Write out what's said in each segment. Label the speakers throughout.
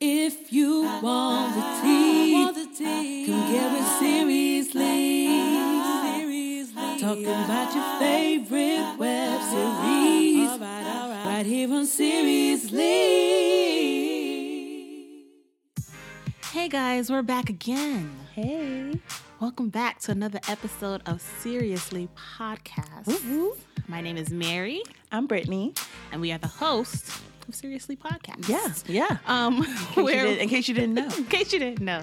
Speaker 1: If you want the tea, come get with seriously. Talking about your favorite web series, right here on Seriously.
Speaker 2: Hey guys, we're back again.
Speaker 3: Hey.
Speaker 2: Welcome back to another episode of Seriously Podcast. My name is Mary,
Speaker 3: I'm Brittany.
Speaker 2: and we are the hosts of Seriously Podcast.
Speaker 3: Yeah, yeah.
Speaker 2: Um,
Speaker 3: In case, you
Speaker 2: where
Speaker 3: did- in case you didn't know.
Speaker 2: in case you didn't know,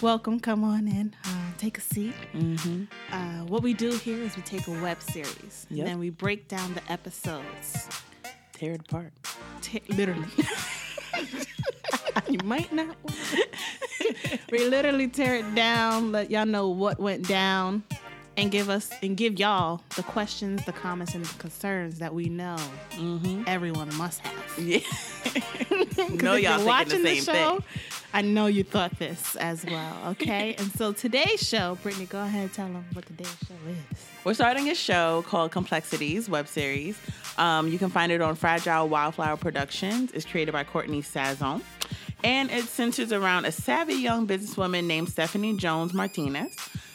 Speaker 2: welcome. Come on in. Uh, take a seat.
Speaker 3: mm-hmm.
Speaker 2: Uh, what we do here is we take a web series
Speaker 3: Yep.
Speaker 2: and then we break down the episodes,
Speaker 3: Tear it apart.
Speaker 2: t- literally. you might not. want it. we literally tear it down, let y'all know what went down, and give us and give y'all the questions, the comments, and the concerns that we know everyone must have.
Speaker 3: Yeah.
Speaker 2: 'Cause
Speaker 3: Mm-hmm. Know
Speaker 2: if
Speaker 3: y'all
Speaker 2: you're
Speaker 3: thinking the
Speaker 2: watching
Speaker 3: same
Speaker 2: show,
Speaker 3: thing.
Speaker 2: I know you thought this as well, okay? and so today's show, Brittany, go ahead and tell them what today's show is.
Speaker 3: We're starting a show called Complexities web series. Um, you can find it on Fragile Wildflower Productions. It's created by Courtney Sazon. And it centers around a savvy young businesswoman named Stephanie Jones Martinez.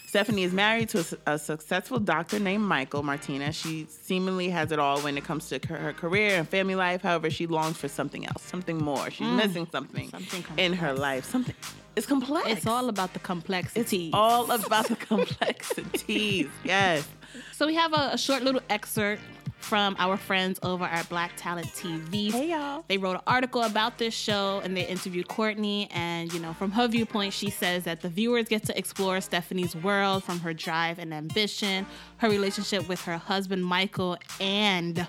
Speaker 3: Stephanie is married to a, su- a successful doctor named Michael Martinez. She seemingly has it all when it comes to her, her career and family life. However, she longs for something else, something more. She's missing something,
Speaker 2: Mm. Something
Speaker 3: in her life. Something. It's complex.
Speaker 2: It's all about the complexity.
Speaker 3: all about the complexities. Yes.
Speaker 2: so we have a, a short little excerpt from our friends over at Black Talent TV.
Speaker 3: Hey, y'all.
Speaker 2: They wrote an article about this show and they interviewed Courtney. And, you know, from her viewpoint, she says that the viewers get to explore Stephanie's world from her drive and ambition, her relationship with her husband, Michael, and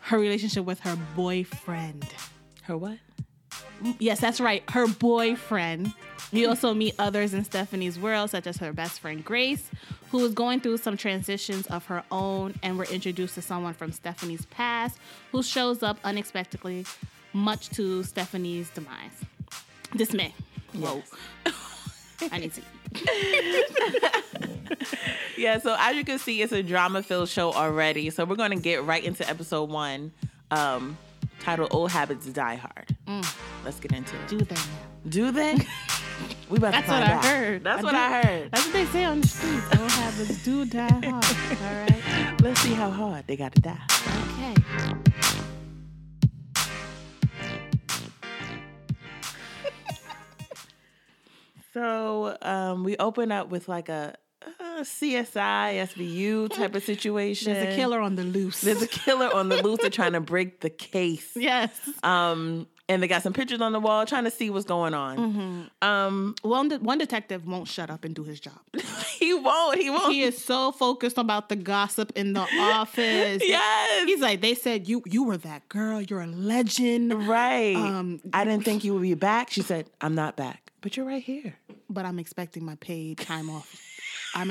Speaker 2: her relationship with her boyfriend.
Speaker 3: Her what?
Speaker 2: Yes, that's right, her boyfriend. We also meet others in Stephanie's world, such as her best friend Grace, who is going through some transitions of her own, and we're introduced to someone from Stephanie's past who shows up unexpectedly, much to Stephanie's demise. Dismay. Whoa. I need to.
Speaker 3: Yeah, so as you can see, it's a drama filled show already. So we're going to get right into episode one, um, titled Old Habits Die Hard. Let's get into it.
Speaker 2: Mm. do that.
Speaker 3: Do they? we about
Speaker 2: That's
Speaker 3: to
Speaker 2: what
Speaker 3: find
Speaker 2: I
Speaker 3: out.
Speaker 2: heard.
Speaker 3: That's
Speaker 2: I
Speaker 3: what
Speaker 2: do-
Speaker 3: I heard.
Speaker 2: That's what they say on the streets. Don't have us do die hard. All right.
Speaker 3: Let's see how hard they got to die.
Speaker 2: Okay.
Speaker 3: So um, we open up with like a uh, CSI, SVU type of situation.
Speaker 2: There's a killer on the loose.
Speaker 3: There's a killer on the loose. They're trying to break the case.
Speaker 2: yes.
Speaker 3: Um, and they got some pictures on the wall trying to see what's going on.
Speaker 2: Mm-hmm.
Speaker 3: Um,
Speaker 2: One, de- one detective won't shut up and do his job.
Speaker 3: he won't. He won't.
Speaker 2: he is so focused about the gossip in the office.
Speaker 3: yes.
Speaker 2: He's like, they said you you were that girl. You're a legend,
Speaker 3: right.
Speaker 2: Um,
Speaker 3: I didn't think you would be back. She said, I'm not back. But you're right here.
Speaker 2: but I'm expecting my paid time off. I'm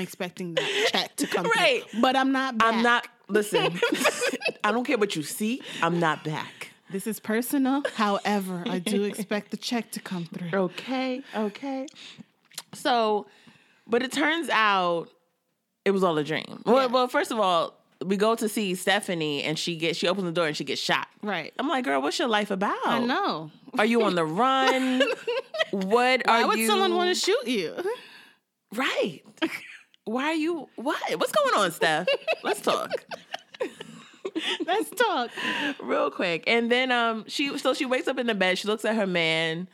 Speaker 2: expecting that check to come. through.
Speaker 3: Right.
Speaker 2: but I'm not. Back.
Speaker 3: I'm not. Listen, I don't care what you see. I'm not back.
Speaker 2: This is personal. However, I do expect the check to come through.
Speaker 3: Okay. Okay. So, but it turns out it was all a dream. Well, well, first of all, we go to see Stephanie and she gets she opens the door and she gets shot.
Speaker 2: Right.
Speaker 3: I'm like, girl, what's your life about?
Speaker 2: I know.
Speaker 3: Are you on the run? what are
Speaker 2: Why would
Speaker 3: you?
Speaker 2: someone want to shoot you?
Speaker 3: Right. Why are you? What? What's going on, Steph? Let's talk
Speaker 2: Let's talk.
Speaker 3: real quick. And then um, she so she wakes up in the bed. She looks at her man,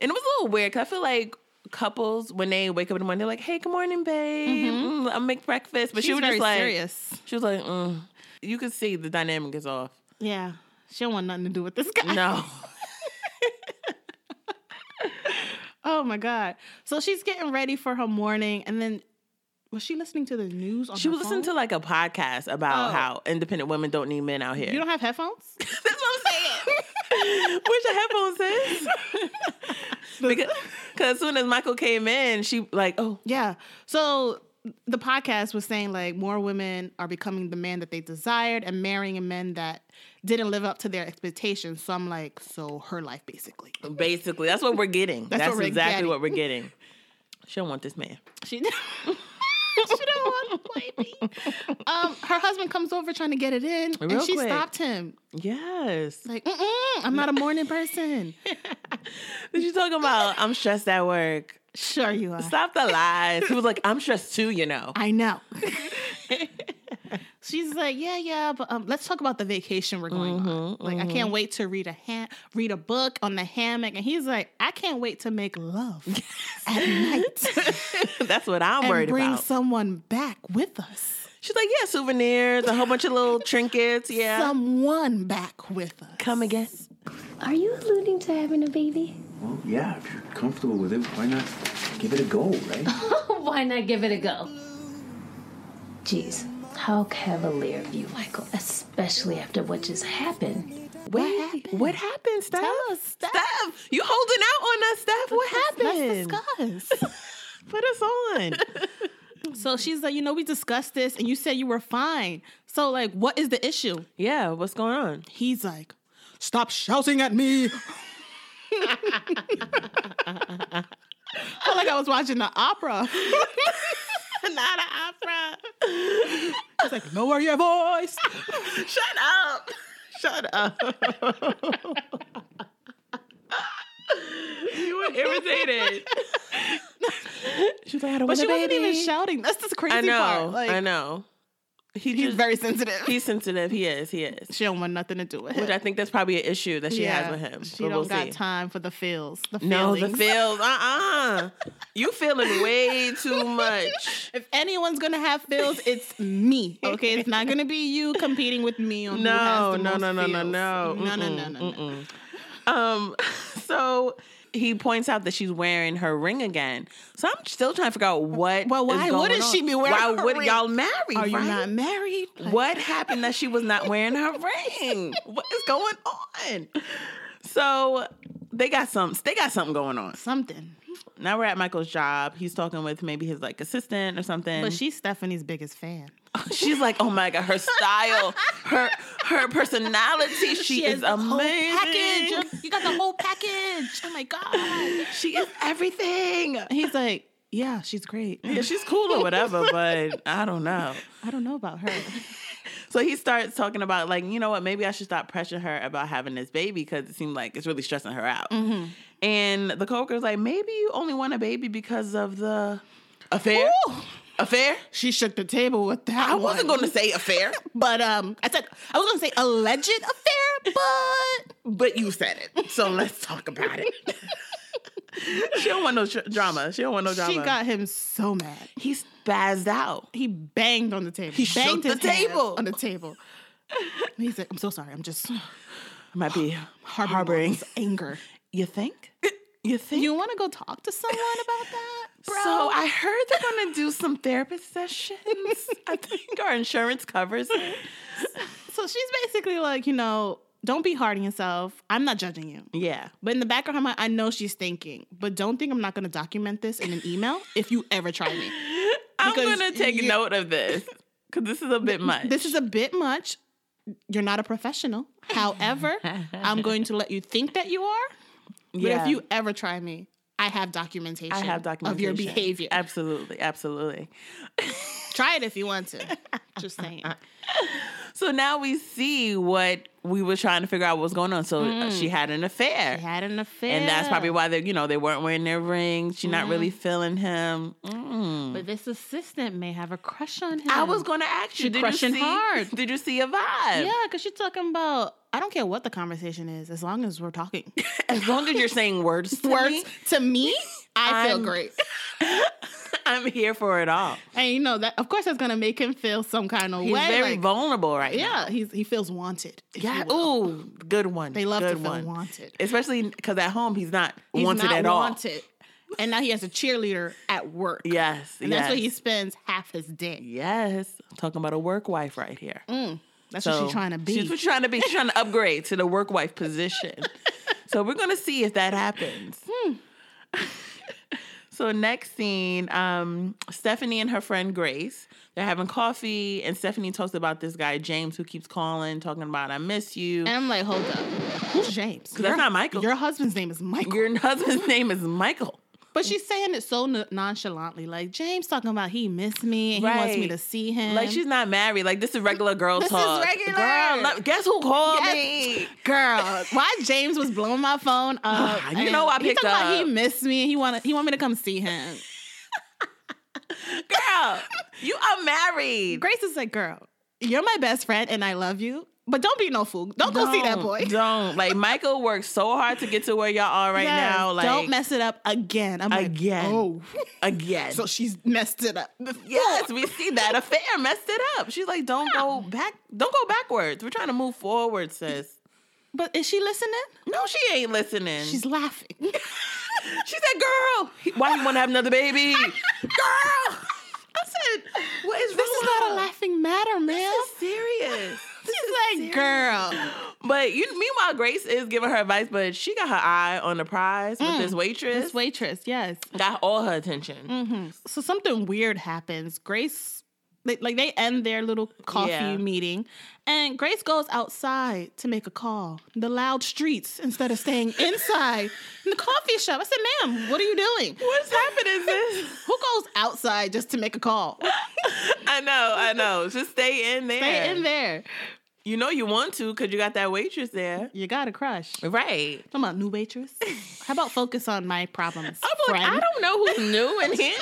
Speaker 3: and it was a little weird because I feel like couples when they wake up in the morning, they're like, "Hey, good morning, babe. Mm, I'll make breakfast." But she
Speaker 2: Mm-hmm. She's
Speaker 3: was
Speaker 2: very
Speaker 3: just like,
Speaker 2: serious.
Speaker 3: she was like, mm. "You could see the dynamic is off."
Speaker 2: Yeah, she don't want nothing to do with this guy.
Speaker 3: No.
Speaker 2: Oh my god. So she's getting ready for her morning, and then was she listening to the news? On
Speaker 3: She was listening to like a podcast about
Speaker 2: Oh.
Speaker 3: how independent women don't need men out here.
Speaker 2: You don't have headphones.
Speaker 3: That's what I'm saying. Where's your headphones, sis? because 'cause as soon as Michael came in, she like, oh,
Speaker 2: yeah. So the podcast was saying like more women are becoming the man that they desired and marrying men that didn't live up to their expectations. So I'm like, so her life basically.
Speaker 3: basically, that's what we're getting. That's,
Speaker 2: what we're
Speaker 3: exactly
Speaker 2: getting.
Speaker 3: what we're getting. She don't want this man.
Speaker 2: She she don't want to play me. Um, her husband comes over trying to get it in,
Speaker 3: Real
Speaker 2: and she
Speaker 3: quick.
Speaker 2: stopped him.
Speaker 3: Yes.
Speaker 2: Like, Mm-mm, I'm not a morning person.
Speaker 3: What you talking about? I'm stressed at work.
Speaker 2: Sure, you are.
Speaker 3: Stop the lies. He was like, I'm stressed too, you know.
Speaker 2: I know. She's like, yeah, yeah, but um, let's talk about the vacation we're going on.
Speaker 3: Mm-hmm,
Speaker 2: Like, I can't wait to read a ha- read a book on the hammock, and he's like, I can't wait to make love at night
Speaker 3: That's what I'm
Speaker 2: and
Speaker 3: worried
Speaker 2: bring
Speaker 3: about.
Speaker 2: someone back with us,
Speaker 3: She's like, yeah, souvenirs, a whole bunch of little trinkets. Yeah.
Speaker 2: someone back with us.
Speaker 3: Come again.
Speaker 4: Are you alluding to having a baby?
Speaker 5: Well, yeah, if you're comfortable with it, why not give it a go, right?
Speaker 4: Why not give it a go? Jeez, how cavalier of you, Michael, especially after what just happened.
Speaker 3: Wait, what happened, Steph?
Speaker 2: Tell us, Steph.
Speaker 3: Steph, you holding out on us, Steph. What happened?
Speaker 2: Let's discuss.
Speaker 3: Put us on.
Speaker 2: so she's like, you know, we discussed this, and you said you were fine. So like, what is the issue?
Speaker 3: yeah, what's going on?
Speaker 2: He's like,
Speaker 1: Stop shouting at me.
Speaker 2: I felt like I was watching the opera.
Speaker 3: Not an opera.
Speaker 1: It's like, lower your voice.
Speaker 3: Shut up. Shut up. you were irritated. She's like, I don't
Speaker 2: But
Speaker 3: want
Speaker 2: she
Speaker 3: a
Speaker 2: wasn't
Speaker 3: baby.
Speaker 2: even shouting. That's the crazy
Speaker 3: I know.
Speaker 2: part. Like,
Speaker 3: I know. He
Speaker 2: He's
Speaker 3: just-
Speaker 2: very sensitive.
Speaker 3: he's sensitive. He is. He is.
Speaker 2: she don't want nothing to do with
Speaker 3: Which
Speaker 2: him.
Speaker 3: I think that's probably an issue that she
Speaker 2: Yeah,
Speaker 3: has with him.
Speaker 2: She
Speaker 3: but
Speaker 2: don't
Speaker 3: we'll
Speaker 2: got
Speaker 3: see.
Speaker 2: time for the feels. The
Speaker 3: No, the
Speaker 2: feelings.
Speaker 3: feels. Uh uh You feeling way too much.
Speaker 2: If anyone's gonna have feels, it's me. Okay, it's not gonna be you competing with me on who has
Speaker 3: No,
Speaker 2: the
Speaker 3: no,
Speaker 2: most
Speaker 3: no, no, no,
Speaker 2: feels.
Speaker 3: no.
Speaker 2: no, no, no,
Speaker 3: Mm-mm,
Speaker 2: no, no.
Speaker 3: Um, so he points out that she's wearing her ring again. So I'm still trying to figure out what.
Speaker 2: Well,
Speaker 3: is
Speaker 2: why
Speaker 3: going
Speaker 2: wouldn't
Speaker 3: on.
Speaker 2: she be wearing
Speaker 3: Why
Speaker 2: her
Speaker 3: would
Speaker 2: ring?
Speaker 3: y'all marry?
Speaker 2: Are you
Speaker 3: right?
Speaker 2: not married? Like,
Speaker 3: What happened that she was not wearing her ring? What is going on? So they got some. They got something going on.
Speaker 2: Something.
Speaker 3: Now we're at Michael's job. He's talking with maybe his like assistant or something.
Speaker 2: But she's Stephanie's biggest fan.
Speaker 3: She's like, oh my god, her style, her her personality, she, is
Speaker 2: the whole
Speaker 3: amazing.
Speaker 2: package. You got the whole package. Oh my god.
Speaker 3: She is everything.
Speaker 2: He's like, yeah, she's great.
Speaker 3: Yeah, she's cool or whatever, but I don't know.
Speaker 2: I don't know about her.
Speaker 3: So he starts talking about like, you know what? Maybe I should stop pressuring her about having this baby because it seemed like it's really stressing her out.
Speaker 2: Mm-hmm.
Speaker 3: And the coworker's like, maybe you only want a baby because of the affair. Affair.
Speaker 2: She shook the table with that.
Speaker 3: I wasn't
Speaker 2: one.
Speaker 3: going to say affair,
Speaker 2: but um, I said I was gonna say alleged affair, but
Speaker 3: but you said it. So let's talk about it. she don't want no tr- drama. She don't want no drama.
Speaker 2: she got him so mad.
Speaker 3: he spazzed out.
Speaker 2: He banged on the table.
Speaker 3: He shook
Speaker 2: banged
Speaker 3: the
Speaker 2: his hand
Speaker 3: table.
Speaker 2: on the table. And he's like, I'm so sorry. I'm just
Speaker 3: Might be
Speaker 2: harboring, all
Speaker 3: harboring.
Speaker 2: this anger.
Speaker 3: You think? You think?
Speaker 2: You want to go talk to someone about that, bro?
Speaker 3: So I heard they're gonna do some therapist sessions. I think our insurance covers it.
Speaker 2: so she's basically like, you know, don't be hard on yourself. I'm not judging you.
Speaker 3: Yeah.
Speaker 2: But in the back of her mind, I know she's thinking, but don't think I'm not going to document this in an email if you ever try me.
Speaker 3: I'm
Speaker 2: Because
Speaker 3: gonna take
Speaker 2: you-
Speaker 3: note of this because this is a bit much.
Speaker 2: This is a bit much. You're not a professional. However, I'm going to let you think that you are. But
Speaker 3: Yeah.
Speaker 2: if you ever try me, I have documentation,
Speaker 3: I have documentation
Speaker 2: of your behavior.
Speaker 3: Absolutely, absolutely.
Speaker 2: Try it if you want to. Just saying.
Speaker 3: So now we see what we were trying to figure out what was going on. So uh, she had an affair.
Speaker 2: I had an affair.
Speaker 3: and that's probably why they, you know, they weren't wearing their rings. She's not really feeling him. Mm.
Speaker 2: But this assistant may have a crush on him.
Speaker 3: I was gonna ask you, did you
Speaker 2: crushing
Speaker 3: see?
Speaker 2: hard.
Speaker 3: Did you see a vibe?
Speaker 2: Yeah, because you're talking about, I don't care what the conversation is, as long as we're talking.
Speaker 3: As long as you're saying words, to
Speaker 2: Words
Speaker 3: me,
Speaker 2: to me, I feel
Speaker 3: I'm-
Speaker 2: great.
Speaker 3: I'm here for it all.
Speaker 2: And you know that, of course, that's gonna make him feel some kind of
Speaker 3: He's
Speaker 2: way.
Speaker 3: very
Speaker 2: like-
Speaker 3: vulnerable right now.
Speaker 2: Yeah, he's, he feels wanted. if you will.
Speaker 3: Ooh, good one.
Speaker 2: they love
Speaker 3: good
Speaker 2: to feel
Speaker 3: one.
Speaker 2: wanted.
Speaker 3: Especially because at home he's not
Speaker 2: He's
Speaker 3: wanted
Speaker 2: not
Speaker 3: at all.
Speaker 2: wanted. And now he has a cheerleader at work.
Speaker 3: Yes,
Speaker 2: and
Speaker 3: yes.
Speaker 2: that's where he spends half his day.
Speaker 3: Yes, talking about a work wife right here.
Speaker 2: That's
Speaker 3: So
Speaker 2: what she's Mm, trying to be.
Speaker 3: She's what she's trying to be. She's trying to upgrade to the work wife position. so we're gonna see if that happens.
Speaker 2: Hmm.
Speaker 3: so next scene, um, Stephanie and her friend Grace, they're having coffee, and Stephanie talks about this guy James who keeps calling, talking about "I miss you."
Speaker 2: and I'm like, hold up, who's James?
Speaker 3: that's
Speaker 2: Your-
Speaker 3: not Michael.
Speaker 2: Your husband's name is Michael.
Speaker 3: Your husband's name is Michael.
Speaker 2: But she's saying it so n- nonchalantly. Like James talking about he missed me and he wants me
Speaker 3: Right.
Speaker 2: to see him.
Speaker 3: Like she's not married. Like this is regular girl
Speaker 2: Mm-hmm. This is
Speaker 3: talk.
Speaker 2: regular.
Speaker 3: Girl, let- guess who called
Speaker 2: Yes.
Speaker 3: me?
Speaker 2: girl. Why James was blowing my phone up?
Speaker 3: Ah, You
Speaker 2: and
Speaker 3: know I
Speaker 2: he
Speaker 3: picked
Speaker 2: talking About
Speaker 3: up.
Speaker 2: he missed me. and He wanted. He want me to come see him.
Speaker 3: Girl, you are married.
Speaker 2: Grace is like, girl, you're my best friend and I love you, but don't be no fool. Don't, go see that
Speaker 3: Don't-
Speaker 2: boy.
Speaker 3: Don't. Like Michael worked so hard to get to where y'all are right
Speaker 2: Yes,
Speaker 3: now. Like
Speaker 2: don't mess it up again. I'm
Speaker 3: Again.
Speaker 2: Like, oh,
Speaker 3: again.
Speaker 2: so she's messed it up.
Speaker 3: yes, we see that affair messed it up. She's like, don't go back. Don't go backwards. We're trying to move forward, sis.
Speaker 2: But is she listening?
Speaker 3: No, she ain't listening.
Speaker 2: She's laughing.
Speaker 3: she said, "Girl, he- why you want to have another baby? Girl,
Speaker 2: I said,
Speaker 3: what is
Speaker 2: this is not a laughing matter, man.
Speaker 3: This is serious."
Speaker 2: She's like, girl.
Speaker 3: But you, meanwhile, Grace is giving her advice, but she got her eye on the prize
Speaker 2: Mm.
Speaker 3: with this waitress.
Speaker 2: This waitress, yes.
Speaker 3: got all her attention.
Speaker 2: So something weird happens. Grace, they, like they end their little coffee
Speaker 3: Yeah.
Speaker 2: meeting, and Grace goes outside to make a call. The loud streets instead of staying inside in the coffee shop. I said, "Ma'am, what are you doing?
Speaker 3: What's happening, sis?
Speaker 2: Who goes outside just to make a call?
Speaker 3: I know, I know. Just stay in there.
Speaker 2: Stay in there.
Speaker 3: You know you want to because you got that waitress there.
Speaker 2: You got a crush. Talking
Speaker 3: Right.
Speaker 2: about new waitress. How about focus on my problems,
Speaker 3: I'm like,
Speaker 2: friend?
Speaker 3: I don't know who's new in here.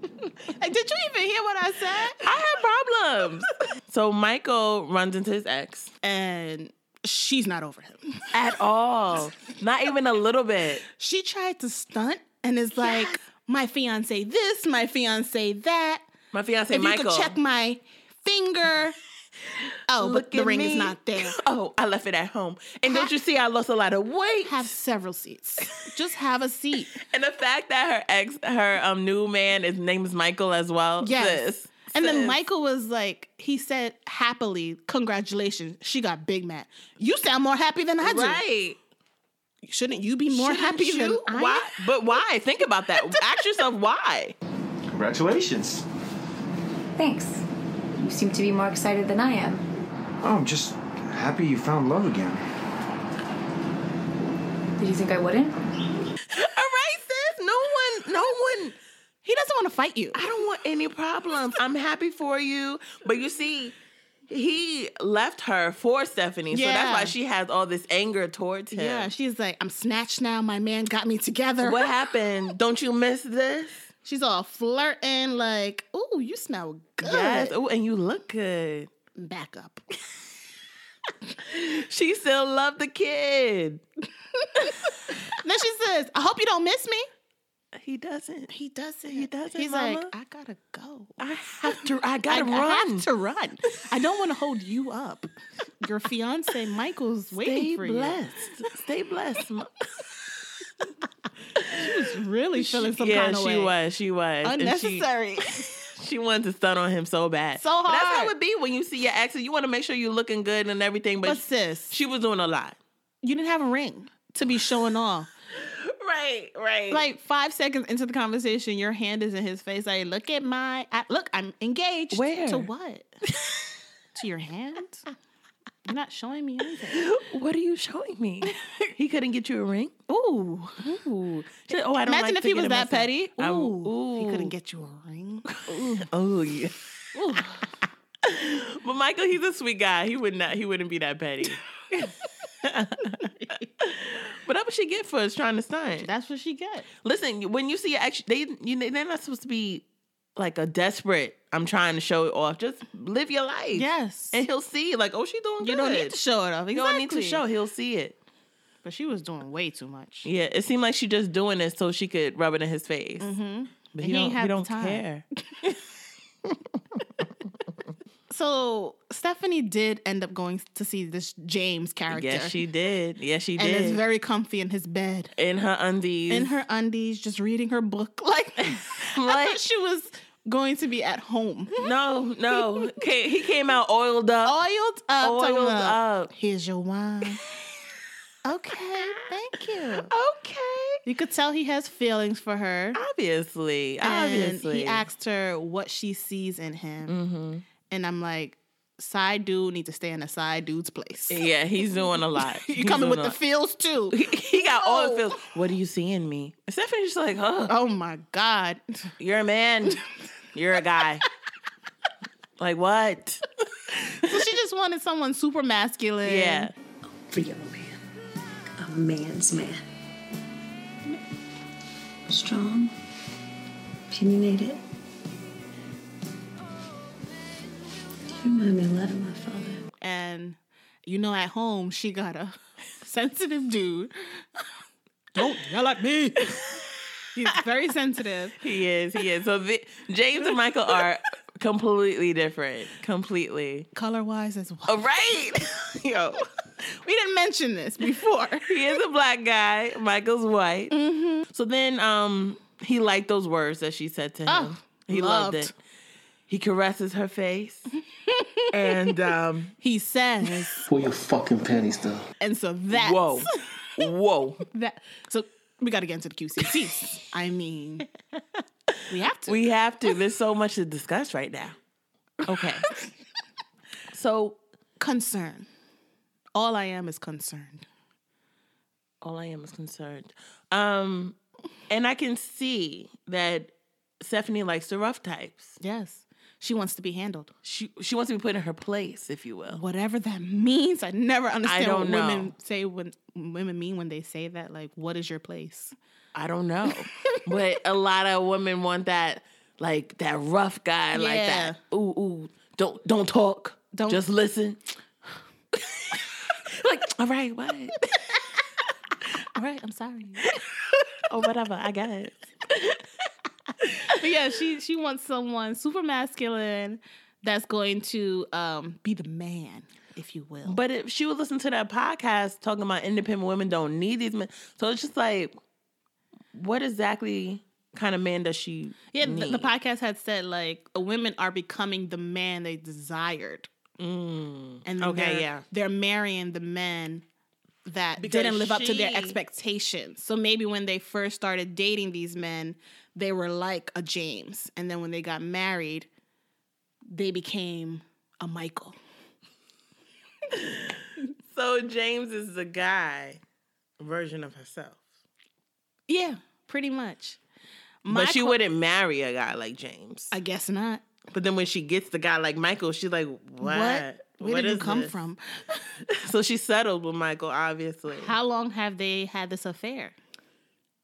Speaker 2: Like, did you even hear what I said?
Speaker 3: I have problems. So Michael runs into his ex.
Speaker 2: And she's not over him.
Speaker 3: At all. Not even a little bit.
Speaker 2: she tried to stunt and is like, my fiance this, my fiance that.
Speaker 3: My fiance
Speaker 2: If
Speaker 3: Michael.
Speaker 2: you could check my finger. Oh,
Speaker 3: Look
Speaker 2: but the
Speaker 3: at
Speaker 2: ring
Speaker 3: me.
Speaker 2: is not there.
Speaker 3: Oh, I left it at home. And don't you see I lost a lot of weight?
Speaker 2: Have several seats. Just have a seat.
Speaker 3: And the fact that her ex, her um new man, his name is Michael as well.
Speaker 2: Yes.
Speaker 3: Sis.
Speaker 2: And then
Speaker 3: Sis.
Speaker 2: Michael was like, he said happily, congratulations. She got Big Mac. You sound more happy than I do.
Speaker 3: Right.
Speaker 2: Shouldn't you be more happy
Speaker 3: you?
Speaker 2: than I?
Speaker 3: why? But why? Think about that. Ask yourself why.
Speaker 5: Congratulations.
Speaker 6: Thanks. You seem to be more excited than I am.
Speaker 5: Oh, I'm just happy you found love again.
Speaker 6: Did you think I wouldn't?
Speaker 3: All right, sis. No one. No one.
Speaker 2: He doesn't want to fight you.
Speaker 3: I don't want any problems. I'm happy for you. But you see, he left her for Stephanie, so
Speaker 2: Yeah.
Speaker 3: that's why she has all this anger towards him.
Speaker 2: Yeah, she's like, I'm snatched now. My man got me together.
Speaker 3: what happened? Don't you miss this?
Speaker 2: She's all flirting, like, "Ooh, you smell good."
Speaker 3: Yes. Oh, and you look good.
Speaker 2: Back up.
Speaker 3: She still loved the kid.
Speaker 2: then she says, "I hope you don't miss me."
Speaker 3: He doesn't.
Speaker 2: He doesn't.
Speaker 3: He doesn't,
Speaker 2: He's
Speaker 3: Mama.
Speaker 2: like, "I gotta go.
Speaker 3: I have to. I
Speaker 2: I,
Speaker 3: gotta
Speaker 2: I
Speaker 3: run.
Speaker 2: have to run. I don't want to hold you up. Your fiance Michael's
Speaker 3: Stay
Speaker 2: waiting for
Speaker 3: blessed. Stay blessed. Ma-
Speaker 2: you." Really feeling some
Speaker 3: yeah,
Speaker 2: kind of
Speaker 3: she
Speaker 2: way.
Speaker 3: was. She was And she-
Speaker 2: Unnecessary.
Speaker 3: She wanted to stun on him so bad.
Speaker 2: So
Speaker 3: But that's how
Speaker 2: hard.
Speaker 3: it be when you see your ex. You want to make sure you're looking good and everything, but,
Speaker 2: but sis,
Speaker 3: she was doing a lot.
Speaker 2: you didn't have a ring to be showing off.
Speaker 3: Right, right. Like,
Speaker 2: Like five seconds into the conversation, your hand is in his face. Like, look at my. I, look, I'm engaged.
Speaker 3: Where?
Speaker 2: to what? to your hand? You're not showing me anything.
Speaker 3: what are you showing me? he couldn't get you a ring.
Speaker 2: Ooh.
Speaker 3: Ooh. She said, oh, I don't
Speaker 2: Imagine
Speaker 3: like
Speaker 2: if he
Speaker 3: to get
Speaker 2: was
Speaker 3: it myself.
Speaker 2: that petty. Ooh.
Speaker 3: I-
Speaker 2: He
Speaker 3: ooh.
Speaker 2: couldn't get you a ring.
Speaker 3: Oh yeah.
Speaker 2: Ooh.
Speaker 3: But Michael, he's a sweet guy. He would not. He wouldn't be that petty. but that's what she get for us trying to stunt.
Speaker 2: That's what she get.
Speaker 3: Listen, when you see your ex, they you, they're not supposed to be like a desperate. I'm trying to show it off. Just live your life.
Speaker 2: Yes.
Speaker 3: and he'll see like, oh, she doing good.
Speaker 2: you don't need to show it off. Exactly.
Speaker 3: You don't need to show. He'll see it.
Speaker 2: But she was doing way too much.
Speaker 3: Yeah, it seemed like she just doing this so she could rub it in his face. But he,
Speaker 2: Mm-hmm. he
Speaker 3: don't,
Speaker 2: ain't
Speaker 3: he
Speaker 2: have the
Speaker 3: don't
Speaker 2: time.
Speaker 3: care.
Speaker 2: So Stephanie did end up going to see this James character.
Speaker 3: Yes, she did. Yes, she
Speaker 2: and
Speaker 3: did.
Speaker 2: is very comfy in his bed.
Speaker 3: in her undies.
Speaker 2: in her undies, just reading her book. Like, I
Speaker 3: Like-
Speaker 2: thought she was going to be at home,
Speaker 3: No, no. Ca- he came out oiled up.
Speaker 2: oiled up. talking
Speaker 3: Oiled
Speaker 2: about,
Speaker 3: up.
Speaker 2: Here's your wine. okay, thank you.
Speaker 3: Okay.
Speaker 2: You could tell he has feelings for her.
Speaker 3: Obviously.
Speaker 2: And
Speaker 3: obviously. Mm-hmm.
Speaker 2: he asked her what she sees in him, and I'm like, side dude needs to stay in a side dude's place.
Speaker 3: Yeah, he's doing a lot.
Speaker 2: You
Speaker 3: He's
Speaker 2: coming with
Speaker 3: doing
Speaker 2: the
Speaker 3: a
Speaker 2: feels too.
Speaker 3: lot. He got all the
Speaker 2: No.
Speaker 3: feels. What do you see in me? And Stephanie's just like, oh,
Speaker 2: Oh my God.
Speaker 3: you're a man. You're a guy. like what?
Speaker 2: So she just wanted someone super masculine.
Speaker 3: Yeah.
Speaker 7: real man, a man's man. Strong, opinionated. You remind me a lot of my father.
Speaker 2: And you know, at home, she got a sensitive dude.
Speaker 1: Don't yell at me.
Speaker 2: He's very sensitive.
Speaker 3: He is. He is. So the, James and Michael are completely different. Completely.
Speaker 2: Color wise as well.
Speaker 3: All right. Yo.
Speaker 2: We didn't mention this before.
Speaker 3: He is a black guy. Michael's white. So then um he liked those words that she said to him.
Speaker 2: Oh,
Speaker 3: he loved.
Speaker 2: loved.
Speaker 3: it. He caresses her face. and um
Speaker 2: He says,
Speaker 5: Pull your fucking panties down.
Speaker 2: and so that's
Speaker 3: whoa. Whoa.
Speaker 2: that. So we got to get into the QCCs. I mean, we have to.
Speaker 3: We have to. There's so much to discuss right now. Okay. so
Speaker 2: concern. All I am is concerned.
Speaker 3: all I am is concerned. Um and I can see that Stephanie likes the rough types.
Speaker 2: Yes. She wants to be handled.
Speaker 3: She she wants to be put in her place, if you will.
Speaker 2: Whatever that means, I never understand
Speaker 3: don't
Speaker 2: what
Speaker 3: know.
Speaker 2: women say when women mean when they say that. Like, what is your place?
Speaker 3: I don't know. but a lot of women want that like that rough guy like
Speaker 2: Yeah.
Speaker 3: that. Ooh ooh. Don't don't talk. Don't
Speaker 2: Don't-
Speaker 3: just listen. like, all right, what?
Speaker 2: All right, I'm sorry.
Speaker 3: or whatever, I got it.
Speaker 2: but yeah, she she wants someone super masculine that's going to um, be the man, if you will.
Speaker 3: But if she would listen to that podcast talking about independent women don't need these men. So it's just like, what exactly kind of man does she
Speaker 2: Yeah, th- the
Speaker 3: need?
Speaker 2: podcast had said like women are becoming the man they desired,
Speaker 3: Mm.
Speaker 2: and
Speaker 3: Okay,
Speaker 2: they're,
Speaker 3: yeah.
Speaker 2: they're marrying the men that
Speaker 3: Because
Speaker 2: didn't live up to their
Speaker 3: she-
Speaker 2: expectations. So maybe when they first started dating these men, they were like a James, and then when they got married, they became a Michael.
Speaker 3: So James is the guy version of herself.
Speaker 2: Yeah, pretty much. My
Speaker 3: but she
Speaker 2: que-
Speaker 3: wouldn't marry a guy like James.
Speaker 2: I guess not.
Speaker 3: But then when she gets the guy like Michael, she's like, what?
Speaker 2: What? Where did you
Speaker 3: is
Speaker 2: come
Speaker 3: this?"
Speaker 2: from?
Speaker 3: So she settled with Michael, obviously.
Speaker 2: How long have they had this affair?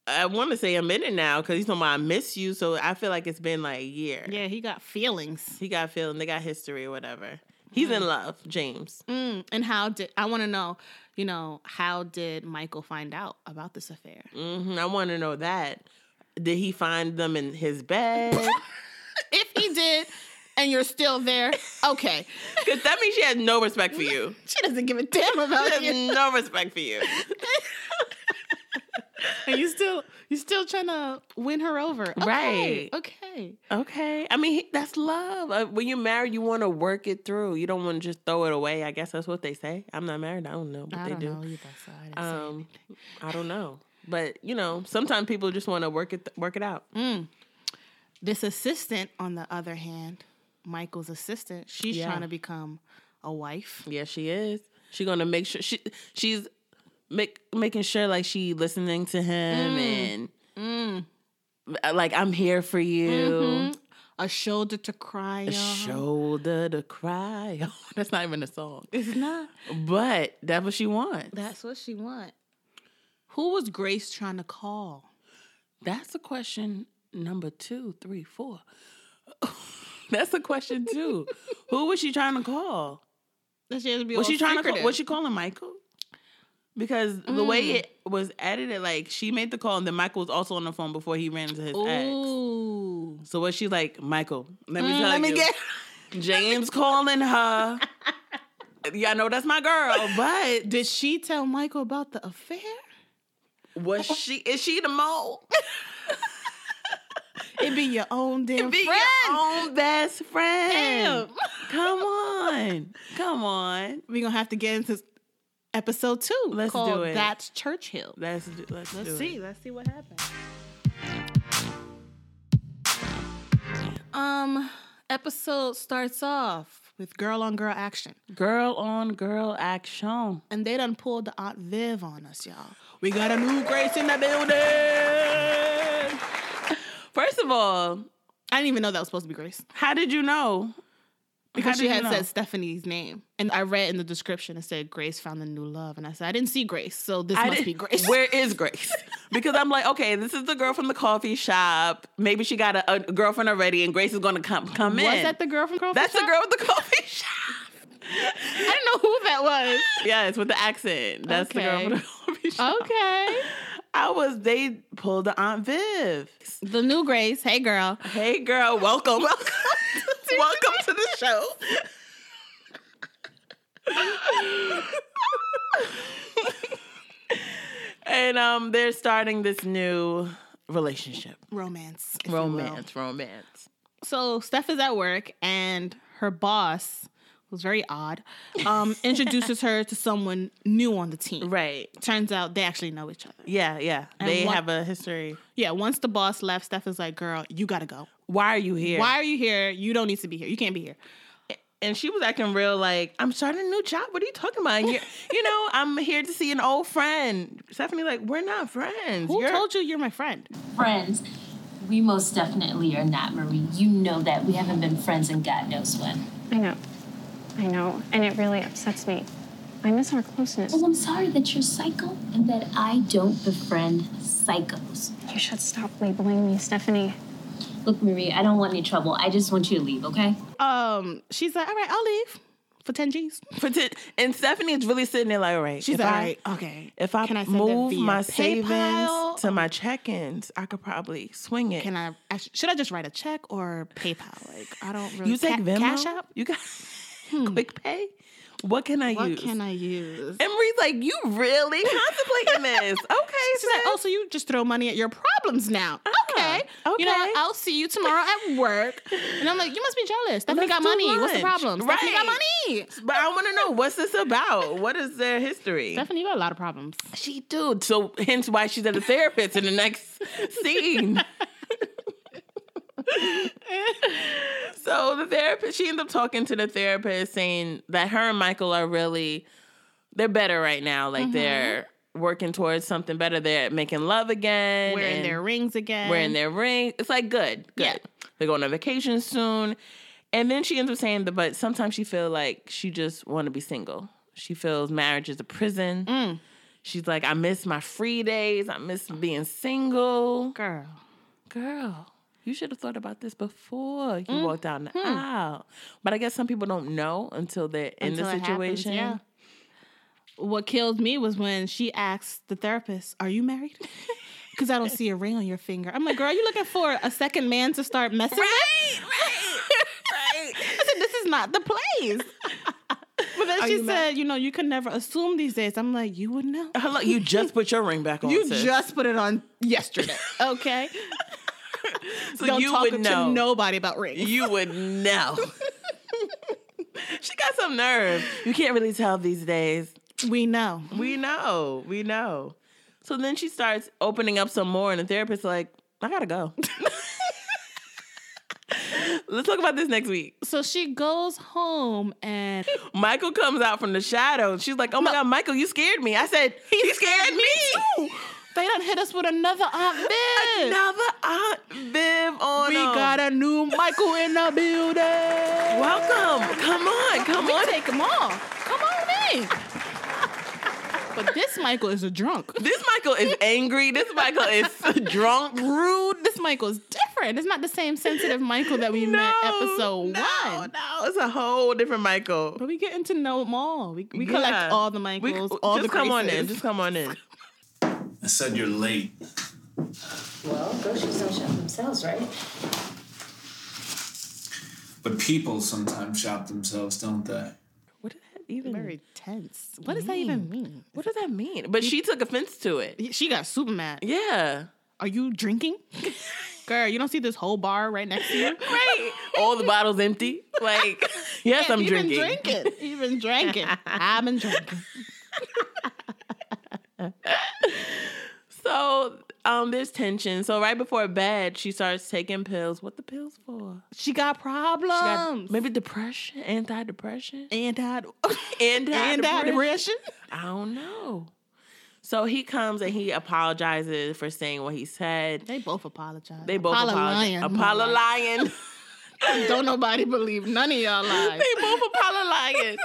Speaker 3: I want to say a minute now because he's talking about I miss you. So I feel like it's been like a year.
Speaker 2: Yeah, he got feelings.
Speaker 3: He got feeling, they got history or whatever. He's in love, James.
Speaker 2: Mm, and how did I want to know? You know, how did Michael find out about this affair?
Speaker 3: hmm I want to know that. Did he find them in his bed?
Speaker 2: If he did, and you're still there, okay.
Speaker 3: Because that means she has no respect for you.
Speaker 2: She doesn't give a damn about
Speaker 3: She
Speaker 2: you.
Speaker 3: has no respect for you.
Speaker 2: And you still, you still trying to win her over, okay,
Speaker 3: Right.
Speaker 2: Okay.
Speaker 3: Okay. I mean, he- that's love. Uh, When you're married, you want to work it through. You don't want to just throw it away. I guess that's what they say. I'm not married. I don't know what
Speaker 2: I
Speaker 3: they
Speaker 2: don't
Speaker 3: do.
Speaker 2: know either, so I didn't say
Speaker 3: Um, I don't know. But you know, sometimes people just want to work it work it out.
Speaker 2: This assistant, on the other hand, Michael's assistant, she's
Speaker 3: Yeah.
Speaker 2: trying to become a wife.
Speaker 3: Yeah, she is. She gonna make sure she she's make, making sure like she listening to
Speaker 2: Mm.
Speaker 3: him and uh, like I'm here for you.
Speaker 2: Mm-hmm. A shoulder to cry on.
Speaker 3: A shoulder to cry. on. That's not even a song,
Speaker 2: it's not.
Speaker 3: but that's what she wants.
Speaker 2: That's what she want. Who was Grace trying to call?
Speaker 3: That's a question number two, three, four. That's a question two. Who was she trying to call?
Speaker 2: That she had to be
Speaker 3: Was
Speaker 2: all
Speaker 3: she trying to call?
Speaker 2: secretive. Mm.
Speaker 3: Was she calling Michael? Because the way it was edited, like she made the call, and then Michael was also on the phone before he ran into his ex.
Speaker 2: Ooh.
Speaker 3: So was she like, Michael? Let me
Speaker 2: Mm,
Speaker 3: tell
Speaker 2: let me
Speaker 3: you,
Speaker 2: get-
Speaker 3: James calling her. Yeah, I know that's my girl, but
Speaker 2: Did she tell Michael about the affair?
Speaker 3: was she? Is she the mole?
Speaker 2: It'd be your own damn
Speaker 3: Be
Speaker 2: friend.
Speaker 3: your own best friend.
Speaker 2: Damn.
Speaker 3: Come on, come on.
Speaker 2: We're gonna have to get into episode two.
Speaker 3: Let's do
Speaker 2: called
Speaker 3: it.
Speaker 2: That's Churchill.
Speaker 3: Let's do, let's,
Speaker 2: Let's
Speaker 3: do
Speaker 2: see.
Speaker 3: It.
Speaker 2: Let's see what happens. Um, episode starts off with girl on girl action.
Speaker 3: Girl on girl action.
Speaker 2: And they done pulled the Aunt Viv on us, y'all.
Speaker 3: We got a new Grace in the building. First of all,
Speaker 2: I didn't even know that was supposed to be Grace.
Speaker 3: how did you know?
Speaker 2: Because
Speaker 3: How
Speaker 2: she
Speaker 3: did
Speaker 2: had
Speaker 3: you know?
Speaker 2: said Stephanie's name. And I read in the description, it said Grace found a new love. And I said, I didn't see Grace, so this
Speaker 3: I
Speaker 2: must
Speaker 3: did-
Speaker 2: be Grace.
Speaker 3: Where is Grace? Because I'm like, okay, this is the girl from the coffee shop. Maybe she got a, a girlfriend already, and Grace is going to come come in.
Speaker 2: was that the girl from Girl?
Speaker 3: That's the
Speaker 2: Shop?
Speaker 3: girl with the coffee shop.
Speaker 2: I didn't know who that was.
Speaker 3: yes, with the accent. That's the girl with
Speaker 2: Okay. Oh.
Speaker 3: the coffee shop.
Speaker 2: Okay.
Speaker 3: I was. They pulled the Aunt Viv.
Speaker 2: The new Grace. Hey, girl.
Speaker 3: Hey, girl, welcome, welcome, welcome to the show. and um, they're starting this new relationship,
Speaker 2: Romance. if you will.
Speaker 3: romance, romance.
Speaker 2: So Steph is at work, and her boss, who's very odd, um, introduces her to someone new on the team.
Speaker 3: Right?
Speaker 2: Turns out they actually know each other.
Speaker 3: Yeah, yeah. they
Speaker 2: what-
Speaker 3: have a history.
Speaker 2: Yeah, once the boss left, Steph is like, girl, you gotta go.
Speaker 3: Why are you here?
Speaker 2: Why are you here? You don't need to be here. You can't be here.
Speaker 3: and she was acting real like, I'm starting a new job. What are you talking about? And you're- you know, I'm here to see an old friend. Stephanie, like, we're not friends.
Speaker 2: Who
Speaker 3: You're-
Speaker 2: told you you're my friend?
Speaker 4: Friends, we most definitely are not, Marie. You know that. We haven't been friends in God knows when.
Speaker 8: I know. I know. And it really upsets me. I miss our closeness.
Speaker 4: Well, I'm sorry that you're psycho and that I don't befriend psychos.
Speaker 8: You should stop labeling me, Stephanie.
Speaker 4: Look, Marie, I don't want any trouble. I just want you to leave, okay?
Speaker 2: Um, she's like, all right, I'll leave for 10 G's.
Speaker 3: pretend- and Stephanie is really sitting there like, all right.
Speaker 2: She's
Speaker 3: if
Speaker 2: like,
Speaker 3: I-
Speaker 2: all right, okay.
Speaker 3: If I,
Speaker 2: Can I send it
Speaker 3: move
Speaker 2: via
Speaker 3: my
Speaker 2: PayPal?
Speaker 3: savings to my check-ins, I could probably swing it.
Speaker 2: Can I, I sh- should I just write a check or PayPal? Like, I don't really
Speaker 3: you take
Speaker 2: Ca-
Speaker 3: Venmo?
Speaker 2: Cash App?
Speaker 3: You got quick pay? Hmm. What can I
Speaker 2: What
Speaker 3: use?
Speaker 2: can I use?
Speaker 3: Emery's like, you really contemplating this? Okay,
Speaker 2: She's like,
Speaker 3: sis.
Speaker 2: oh, so you just throw money at your problems now. Okay.
Speaker 3: Ah, okay.
Speaker 2: You know, what? I'll see you tomorrow at work. And I'm like, you must be jealous. Stephanie
Speaker 3: Let's
Speaker 2: got
Speaker 3: do
Speaker 2: money. What's the
Speaker 3: lunch.
Speaker 2: problem? Stephanie got
Speaker 3: Right.
Speaker 2: money.
Speaker 3: But "Oh, I want to know what's this about. What is their history?
Speaker 2: Stephanie got a lot of problems.
Speaker 3: She do. So hence why she's at a therapist in the next scene. so the therapist, she ends up talking to the therapist, saying that her and Michael are really, they're better right now. Like they're working towards something better. They're making love again.
Speaker 2: Wearing
Speaker 3: and
Speaker 2: their rings again.
Speaker 3: wearing their ring. It's like good, good.
Speaker 2: Yeah.
Speaker 3: They're going on vacation soon, and then she ends up saying that. But sometimes she feel like she just want to be single. She feels marriage is a prison.
Speaker 2: Mm.
Speaker 3: She's like, I miss my free days. I miss being single.
Speaker 2: girl.
Speaker 3: Girl, you should have thought about this before
Speaker 2: Mm-hmm.
Speaker 3: you walked down the aisle. But I guess some people don't know until they're in
Speaker 2: Until
Speaker 3: the
Speaker 2: it happens,
Speaker 3: situation.
Speaker 2: yeah. What killed me was when she asked the therapist, Are you married? Because I don't see a ring on your finger. I'm like, girl, are you looking for a second man to start messing with?
Speaker 3: Right.
Speaker 2: I said, this is not the place. But then
Speaker 3: Are
Speaker 2: she
Speaker 3: you
Speaker 2: said,
Speaker 3: mad?
Speaker 2: you know, you can never assume these days. I'm like, you would know.
Speaker 3: Hello, you just put your ring back on. sis.
Speaker 2: put it on yesterday. Okay.
Speaker 3: so
Speaker 2: Don't
Speaker 3: you
Speaker 2: talk
Speaker 3: would
Speaker 2: to
Speaker 3: know.
Speaker 2: nobody about rings.
Speaker 3: You would know. she got some nerve. You can't really tell these days.
Speaker 2: we know.
Speaker 3: We know. We know. So then she starts opening up some more, and the therapist's like, I gotta go. Let's talk about this next week.
Speaker 2: So she goes home and
Speaker 3: Michael comes out from the shadows. She's like, Oh my God, Michael, you scared me. I said, He, scared, me. too.
Speaker 2: they done hit us with another Aunt Viv.
Speaker 3: Another Aunt Viv on.
Speaker 2: we
Speaker 3: them.
Speaker 2: got a new Michael in the building.
Speaker 3: Welcome. Come on. Come
Speaker 2: We
Speaker 3: on.
Speaker 2: take them all. Come on in. but this Michael is a drunk.
Speaker 3: This Michael is angry. This Michael is drunk.
Speaker 2: rude. This Michael's different. It's not the same sensitive Michael that we met episode
Speaker 3: no,
Speaker 2: one.
Speaker 3: No, it's a whole different Michael.
Speaker 2: But we getting to know them all. We, we
Speaker 3: Yeah.
Speaker 2: collect all the
Speaker 3: We-
Speaker 2: Michaels, all
Speaker 3: just
Speaker 2: the
Speaker 3: come on
Speaker 2: Graces.
Speaker 3: in. Just come on in.
Speaker 9: I said you're late.
Speaker 7: Well, groceries don't shop themselves, right?
Speaker 9: But people sometimes shop themselves, don't they?
Speaker 3: What does that even?
Speaker 2: Very tense. What does that even mean?
Speaker 3: What does that mean? But she took offense to it.
Speaker 2: She got super mad.
Speaker 3: Yeah.
Speaker 2: Are you drinking? Girl, you don't see this whole bar right next to you?
Speaker 3: Right. All the bottles empty. Like, yes, I'm
Speaker 2: you
Speaker 3: drinking.
Speaker 2: Been drinking. You've been drinking. I've been drinking.
Speaker 3: So um, there's tension. So right before bed, she starts taking pills. What the pills for?
Speaker 2: She got problems.
Speaker 3: She got maybe depression, anti-depression,
Speaker 2: anti
Speaker 3: anti-depression. I don't know. So he comes and he apologizes for saying what he said.
Speaker 2: They both apologize.
Speaker 3: They both
Speaker 2: Apollo
Speaker 3: apologize.
Speaker 2: Lion.
Speaker 3: Apollo Lion.
Speaker 2: Don't nobody believe none of y'all lies.
Speaker 3: they both Apollo lying.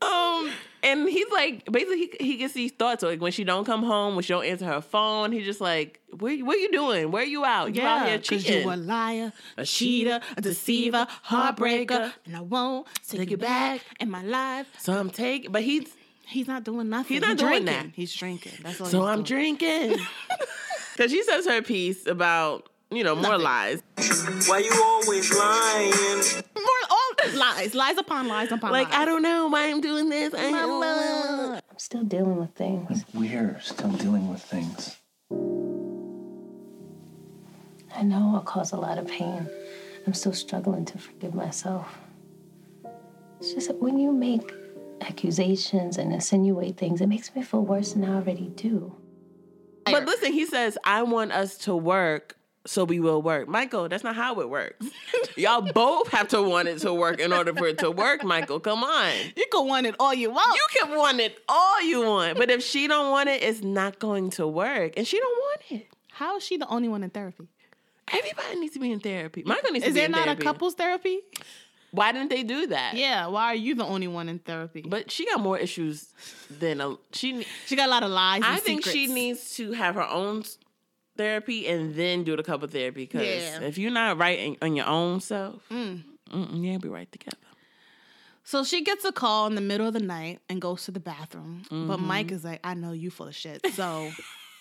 Speaker 3: Um, and he's like, basically, he, he gets these thoughts like when she don't come home, when she don't answer her phone, he's just like, "Where what are you doing? Where you out? You out here
Speaker 2: cause
Speaker 3: cheating?
Speaker 2: you a liar,
Speaker 3: A
Speaker 2: a cheater, a deceiver, heartbreaker, and I won't take you back in my life.
Speaker 3: Some take, but he's
Speaker 2: He's not doing nothing.
Speaker 3: He's not doing that.
Speaker 2: drinking. He's drinking. That's all.
Speaker 3: so
Speaker 2: he's
Speaker 3: I'm
Speaker 2: doing.
Speaker 3: drinking because she says her piece about you know more lies.
Speaker 10: Why you always lying?
Speaker 2: More all lies, lies upon lies upon
Speaker 3: Like
Speaker 2: lies.
Speaker 3: I don't know why I'm doing this. I don't know.
Speaker 4: I'm still dealing with things.
Speaker 5: We're still dealing with things.
Speaker 4: I know I cause a lot of pain. I'm still struggling to forgive myself. It's just that when you make accusations and insinuate things, it makes me feel worse than I already do.
Speaker 3: But listen, he says, I want us to work, so we will work. Michael, that's not how it works. Y'all both have to want it to work in order for it to work, Michael. Come on.
Speaker 2: you can want it all you want.
Speaker 3: You can want it all you want. But if she don't want it, it's not going to work. And she don't want it.
Speaker 2: How is she the only one in therapy?
Speaker 3: Everybody needs to be in therapy. Michael needs
Speaker 2: Is
Speaker 3: to be
Speaker 2: there
Speaker 3: in
Speaker 2: not
Speaker 3: therapy.
Speaker 2: a couples therapy?
Speaker 3: Why didn't they do that?
Speaker 2: Yeah. Why are you the only one in therapy?
Speaker 3: But she got more issues than a she
Speaker 2: she got a lot of lies.
Speaker 3: I
Speaker 2: and
Speaker 3: think she
Speaker 2: secrets.
Speaker 3: needs to have her own s- therapy and then do the couple therapy. Because
Speaker 2: Yeah. Mm.
Speaker 3: if you're not right in, on your own self, mm-mm, you ain't be right together.
Speaker 2: So she gets a call in the middle of the night and goes to the bathroom. But
Speaker 3: Mm-hmm.
Speaker 2: Mike is like, I know you full of shit. So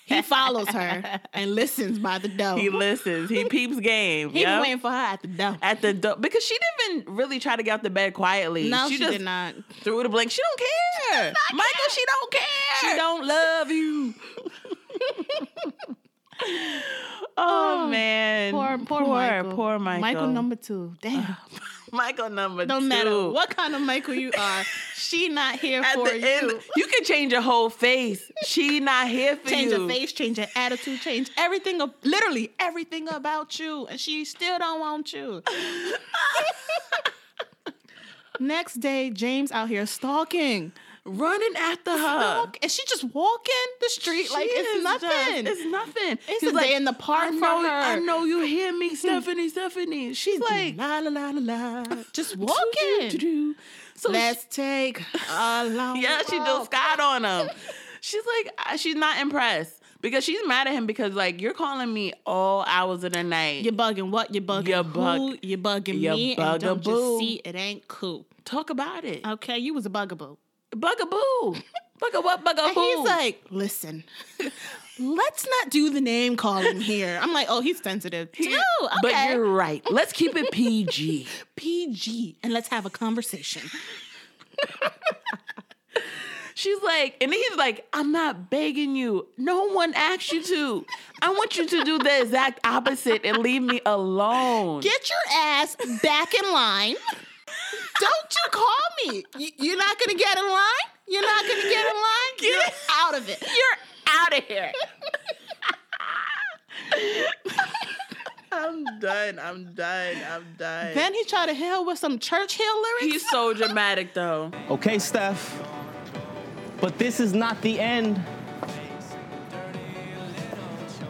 Speaker 2: he follows her and listens by the door.
Speaker 3: He listens. He peeps game.
Speaker 2: He
Speaker 3: yup.
Speaker 2: was waiting for her at the door.
Speaker 3: at the door because she didn't even really try to get out the bed quietly.
Speaker 2: No, she,
Speaker 3: just
Speaker 2: did not.
Speaker 3: threw the blink. She don't care. Michael, she don't care. She don't love you. oh, man.
Speaker 2: Poor, poor, Michael.
Speaker 3: Poor Michael.
Speaker 2: Michael number two. Damn.
Speaker 3: Michael number
Speaker 2: Don't
Speaker 3: two.
Speaker 2: matter what kind of Michael you are, she not here
Speaker 3: At
Speaker 2: for
Speaker 3: the
Speaker 2: you.
Speaker 3: end, you can change your whole face. She not here for
Speaker 2: change
Speaker 3: you.
Speaker 2: your face, change your attitude, change everything, ab- literally everything about you, and she still don't want you. Next day, James out here stalking,
Speaker 3: running after her.
Speaker 2: Walk- and she just walking the street like
Speaker 3: Uh. She
Speaker 2: it's
Speaker 3: is
Speaker 2: nothing.
Speaker 3: just- it's nothing.
Speaker 2: It's
Speaker 3: He's
Speaker 2: a day in the park
Speaker 3: I
Speaker 2: for
Speaker 3: know,
Speaker 2: her."
Speaker 3: I know you hear me, Stephanie, Stephanie. She's like,
Speaker 2: la la la la la, just
Speaker 3: do,
Speaker 2: walking.
Speaker 3: do. So
Speaker 2: Let's take a long.
Speaker 3: she, yeah, she does
Speaker 2: walk.
Speaker 3: Scott on him. she's like, uh, she's not impressed because she's mad at him because like you're calling me all hours of the night.
Speaker 2: You bugging what? You bugging
Speaker 3: You
Speaker 2: you
Speaker 3: bug-
Speaker 2: who? You bugging
Speaker 3: you
Speaker 2: me? and don't
Speaker 3: bugaboo.
Speaker 2: just see it ain't cool.
Speaker 3: Talk about it,
Speaker 2: Okay, you was a bugaboo.
Speaker 3: bugaboo, bugga what, bugga
Speaker 2: And
Speaker 3: who?
Speaker 2: he's like, listen, let's not do the name calling here. I'm like, oh, he's sensitive too. Okay.
Speaker 3: But you're right. Let's keep it PG.
Speaker 2: PG and let's have a conversation.
Speaker 3: She's like, and then he's like, I'm not begging you. No one asked you to. I want you to do the exact opposite and leave me alone.
Speaker 2: Get your ass back in line. Don't you call me. You, you're not going to get in line. You're not going to get in line. you're out of it.
Speaker 3: You're out of here. I'm done. I'm done. I'm done.
Speaker 2: Then he tried to hell with some church hill lyrics.
Speaker 3: he's so dramatic though.
Speaker 11: Okay, Steph, but this is not the end.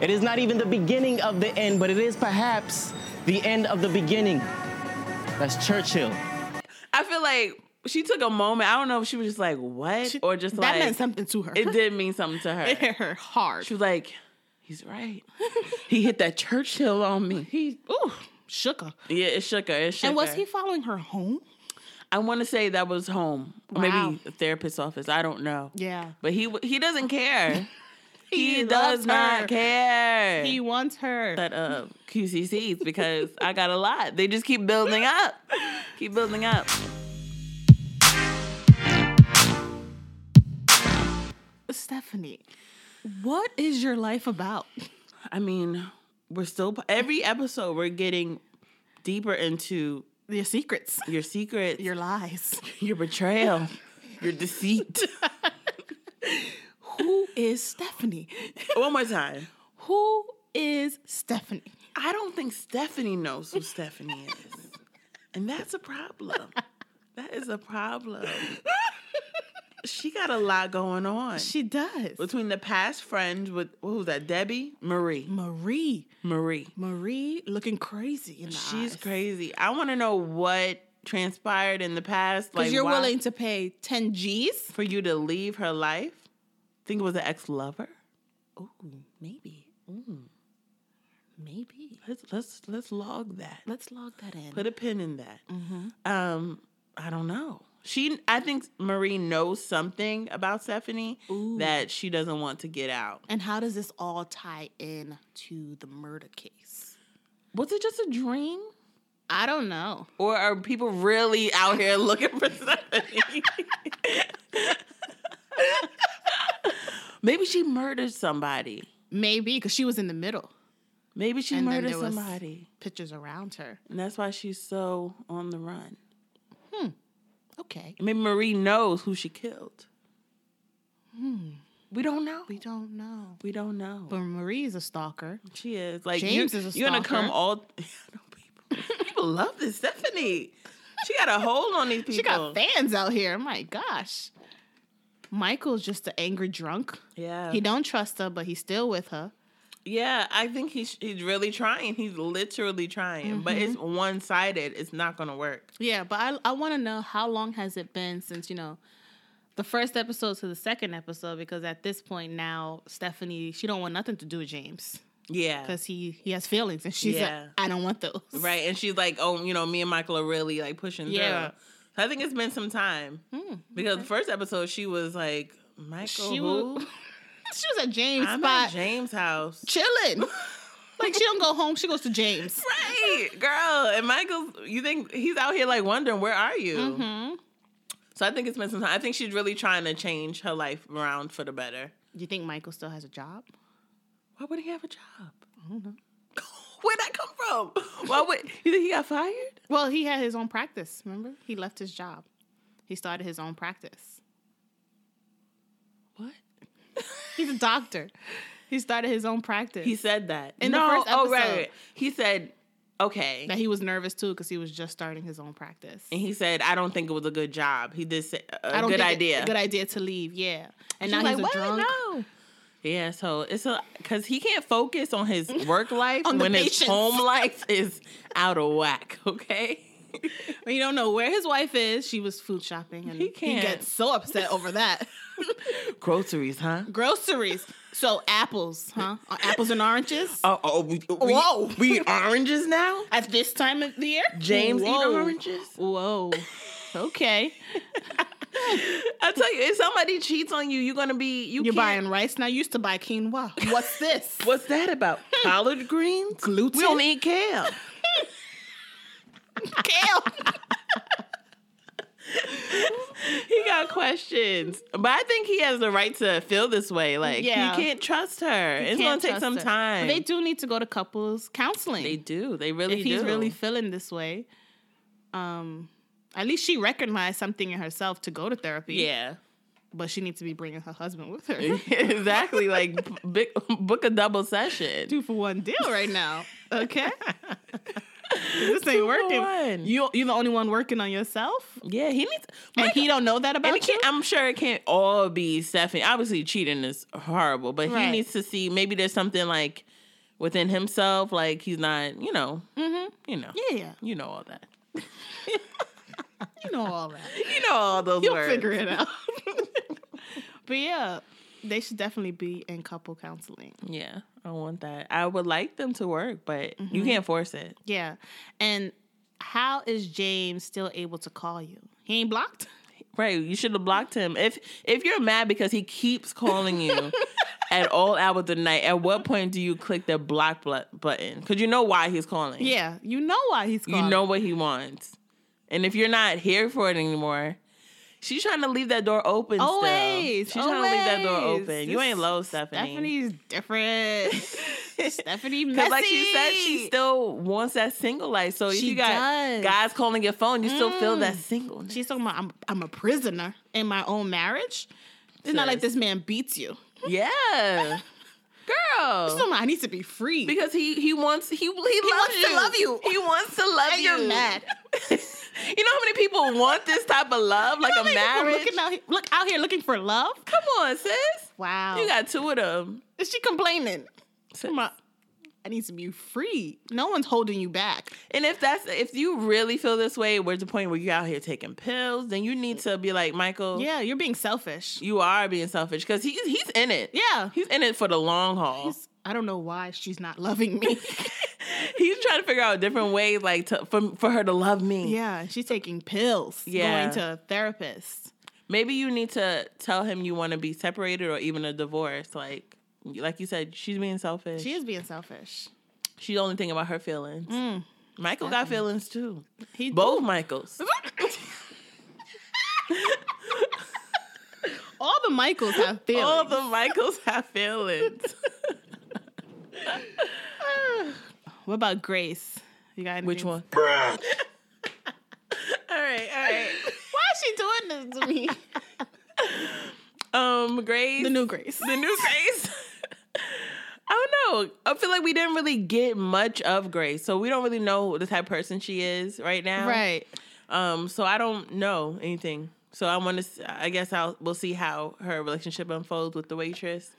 Speaker 11: It is not even the beginning of the end, but it is perhaps the end of the beginning. That's Churchill.
Speaker 3: I feel like she took a moment. I don't know if she was just like, what? or just
Speaker 2: that
Speaker 3: like
Speaker 2: meant something to her.
Speaker 3: It did mean something to her.
Speaker 2: It hit her hard.
Speaker 3: She was like, he's right. he hit that Churchill on me.
Speaker 2: He, ooh, shook her.
Speaker 3: Yeah, it shook her. It shook
Speaker 2: And was
Speaker 3: her.
Speaker 2: he following her home?
Speaker 3: I want to say that was home, or
Speaker 2: Wow.
Speaker 3: maybe a therapist's office. I don't know.
Speaker 2: Yeah.
Speaker 3: but he w- he doesn't care. he,
Speaker 2: He
Speaker 3: does
Speaker 2: loves
Speaker 3: not
Speaker 2: her.
Speaker 3: care.
Speaker 2: He wants her.
Speaker 3: that uh QCCs because I got a lot. They just keep building up, keep building up.
Speaker 2: Stephanie, what is your life about?
Speaker 3: I mean, we're still every episode we're getting deeper into
Speaker 2: Your secrets,
Speaker 3: your secrets,
Speaker 2: your lies.
Speaker 3: your betrayal, your deceit.
Speaker 2: Who is Stephanie?
Speaker 3: One more time.
Speaker 2: Who is Stephanie?
Speaker 3: I don't think Stephanie knows who Stephanie is. And that's a problem. That is a problem. she got a lot going on.
Speaker 2: She does.
Speaker 3: Between the past friends with who's that? Debbie? Marie.
Speaker 2: Marie.
Speaker 3: Marie.
Speaker 2: Marie looking crazy in the
Speaker 3: She's
Speaker 2: eyes.
Speaker 3: crazy. I want to know what transpired in the past.
Speaker 2: Because
Speaker 3: Like
Speaker 2: you're
Speaker 3: why-
Speaker 2: willing to pay 10 G's?
Speaker 3: for you to leave her life. Think it was an ex lover. Oh, maybe. Mm.
Speaker 2: Maybe.
Speaker 3: Let's let's let's log that.
Speaker 2: Let's log that in.
Speaker 3: Put a pin in that.
Speaker 2: Mm-hmm.
Speaker 3: Um, I don't know. She, I think Marie knows something about Stephanie
Speaker 2: Ooh.
Speaker 3: that she doesn't want to get out.
Speaker 2: and how does this all tie in to the murder case?
Speaker 3: Was it just a dream,
Speaker 2: I don't know.
Speaker 3: or are people really out here looking for Stephanie? Maybe she murdered somebody.
Speaker 2: Maybe because she was in the middle.
Speaker 3: Maybe she
Speaker 2: And then
Speaker 3: murdered
Speaker 2: there was-
Speaker 3: somebody,
Speaker 2: Pictures around her.
Speaker 3: and that's why she's so on the run.
Speaker 2: Okay.
Speaker 3: Maybe Marie knows who she killed.
Speaker 2: Hmm.
Speaker 3: We don't know.
Speaker 2: We don't know.
Speaker 3: We don't know.
Speaker 2: But Marie is a stalker.
Speaker 3: She is like
Speaker 2: James
Speaker 3: you,
Speaker 2: is a
Speaker 3: You're gonna come
Speaker 2: stalker.
Speaker 3: all. I know people. People love this Stephanie. She got a hold on these people.
Speaker 2: She got fans out here. My gosh. Michael's just an angry drunk.
Speaker 3: Yeah,
Speaker 2: He don't trust her, but he's still with her.
Speaker 3: yeah. I think he's he's really trying. He's literally trying, but
Speaker 2: Mm-hmm.
Speaker 3: it's one sided. It's not gonna work.
Speaker 2: Yeah, but I I want to know how long has it been since you know the first episode to the second episode because at this point now Stephanie she don't want nothing to do with James
Speaker 3: Yeah,
Speaker 2: because he he has feelings and she's
Speaker 3: Yeah.
Speaker 2: like I don't want those
Speaker 3: right. And she's like, oh, you know, me and Michael are really like pushing
Speaker 2: Yeah. Hmm,
Speaker 3: through. So I think it's been some time because the first episode she was like, Michael,
Speaker 2: She
Speaker 3: who?
Speaker 2: was she was at James
Speaker 3: Uh-huh. I'm
Speaker 2: spot
Speaker 3: at James' house.
Speaker 2: chilling like she don't go home she goes to James
Speaker 3: Right, girl. And Michael's, you think he's out here like wondering, where are you?
Speaker 2: Mm-hmm.
Speaker 3: So I think it's been some time. I think she's really trying to change her life around for the better.
Speaker 2: do you think Michael still has a job
Speaker 3: Why would he have a job? I don't know. Where'd that come from? Why would you think he got fired?
Speaker 2: well he had his own practice remember he left his job he started his own practice
Speaker 3: What?
Speaker 2: he's a doctor he started his own practice
Speaker 3: He said that.
Speaker 2: In the first
Speaker 3: Oh, right,
Speaker 2: episode.
Speaker 3: right. He said, okay.
Speaker 2: that he was nervous too because he was just starting his own practice.
Speaker 3: and he said, I don't think it was a good job. He did say a
Speaker 2: I don't
Speaker 3: good
Speaker 2: think it-
Speaker 3: idea.
Speaker 2: a good idea to leave. Yeah, and now
Speaker 3: She's
Speaker 2: he's
Speaker 3: like,
Speaker 2: a
Speaker 3: "What?
Speaker 2: drunk.
Speaker 3: No." Yeah, so it's a because he can't focus on his work life
Speaker 2: On the
Speaker 3: when his
Speaker 2: patients.
Speaker 3: home life is out of whack. Okay,
Speaker 2: But You don't know where his wife is. She was food shopping, and
Speaker 3: He
Speaker 2: he,
Speaker 3: can't.
Speaker 2: gets so upset over that.
Speaker 3: groceries, huh?
Speaker 2: Groceries. So apples, huh? Uh, apples and oranges
Speaker 3: Oh, oh we, we,
Speaker 2: Whoa.
Speaker 3: we eat oranges now.
Speaker 2: at this time of the year.
Speaker 3: James eat
Speaker 2: Whoa.
Speaker 3: oranges.
Speaker 2: Whoa. Okay,
Speaker 3: I tell you, if somebody cheats on you, you're gonna be you
Speaker 2: you're
Speaker 3: can't-
Speaker 2: buying rice now. You used to buy quinoa. What's this?
Speaker 3: What's that about? Collard greens, gluten. We don't eat kale.
Speaker 2: kale?
Speaker 3: he got questions, but I think he has the right to feel this way. Like
Speaker 2: Yeah.
Speaker 3: you can't trust her. it's gonna
Speaker 2: Can't
Speaker 3: take
Speaker 2: trust
Speaker 3: some
Speaker 2: her.
Speaker 3: time.
Speaker 2: But they do need to go to couples counseling.
Speaker 3: They do. They really
Speaker 2: if he's
Speaker 3: do.
Speaker 2: really feeling this way. Um, at least she recognized something in herself to go to therapy.
Speaker 3: yeah.
Speaker 2: but she needs to be bringing her husband with her.
Speaker 3: exactly. Like b- big, book a double session.
Speaker 2: Two for one deal right now. Okay, this ain't working.
Speaker 3: one.
Speaker 2: You you're the only one working on yourself,
Speaker 3: Yeah, he needs.
Speaker 2: and he don't know that
Speaker 3: and it
Speaker 2: about you.
Speaker 3: can't, I'm sure it can't all be Stephanie. Obviously, cheating is horrible, but he
Speaker 2: Right.
Speaker 3: needs to see maybe there's something like within himself, like he's not, you know, you know,
Speaker 2: Yeah,
Speaker 3: you know all that.
Speaker 2: you know all that.
Speaker 3: You know all those
Speaker 2: You'll
Speaker 3: words.
Speaker 2: figure it out. but yeah, they should definitely be in couple counseling.
Speaker 3: Yeah, Mm-hmm. I want that. I would like them to work, but you can't force it.
Speaker 2: Yeah, and how is James still able to call you? He ain't blocked.
Speaker 3: Right, you should have blocked him. If if you're mad because he keeps calling you at all hours of the night, at what point do you click the block blu- button? Because you know why he's calling.
Speaker 2: Yeah, you know why he's
Speaker 3: you
Speaker 2: calling.
Speaker 3: know what he wants, and if you're not here for it anymore, she's trying to leave that door open. still.
Speaker 2: Always,
Speaker 3: she's trying to leave that door
Speaker 2: always.
Speaker 3: open. You ain't low, Stephanie.
Speaker 2: Stephanie's different. Stephanie messy.
Speaker 3: Because like she said, she still wants that single life. So if
Speaker 2: She
Speaker 3: you got
Speaker 2: does. Mm.
Speaker 3: guys calling your phone, you still feel that single.
Speaker 2: she's talking about I'm, I'm a prisoner in my own marriage. It's not like
Speaker 3: Sis.
Speaker 2: this man beats you.
Speaker 3: Yeah. Girl,
Speaker 2: Someone, I need to be free.
Speaker 3: because he he wants he he,
Speaker 2: wants to love you.
Speaker 3: He wants to love
Speaker 2: And
Speaker 3: you.
Speaker 2: you're mad.
Speaker 3: you know how many people want this type of love, like
Speaker 2: You know
Speaker 3: a
Speaker 2: how many people
Speaker 3: marriage?
Speaker 2: Looking out here, look out here looking for love.
Speaker 3: Come on, sis.
Speaker 2: Wow.
Speaker 3: You got two of them.
Speaker 2: Is she complaining?
Speaker 3: sis.
Speaker 2: Come on. I need to be free. No one's holding you back.
Speaker 3: And if that's if you really feel this way, where's the point where you out here taking pills? Then you need to be like Michael.
Speaker 2: Yeah, you're being selfish.
Speaker 3: Oh. you are being selfish because he's he's in it.
Speaker 2: Yeah.
Speaker 3: he's in it for the long haul. He's,
Speaker 2: I don't know why she's not loving me.
Speaker 3: trying to figure out different ways, like to, for for her to love me.
Speaker 2: yeah, she's taking pills.
Speaker 3: Yeah.
Speaker 2: Going to a therapist.
Speaker 3: Maybe you need to tell him you want to be separated or even a divorce. Like like you said, she's being selfish.
Speaker 2: She is being selfish.
Speaker 3: She's only thinking about her feelings. Michael got feelings too.
Speaker 2: He
Speaker 3: Both Michaels.
Speaker 2: all the Michaels have feelings.
Speaker 3: All the Michaels have feelings.
Speaker 2: what about Grace? You got
Speaker 3: Which
Speaker 2: anything-
Speaker 3: one? all right, all right.
Speaker 2: Why is she doing this to me?
Speaker 3: Um, Grace.
Speaker 2: the new Grace.
Speaker 3: the new Grace. I don't know. I feel like we didn't really get much of Grace, so we don't really know the type of person she is right now.
Speaker 2: Right.
Speaker 3: Um. So I don't know anything. So I want to. I guess I'll. We'll see how her relationship unfolds with the waitress.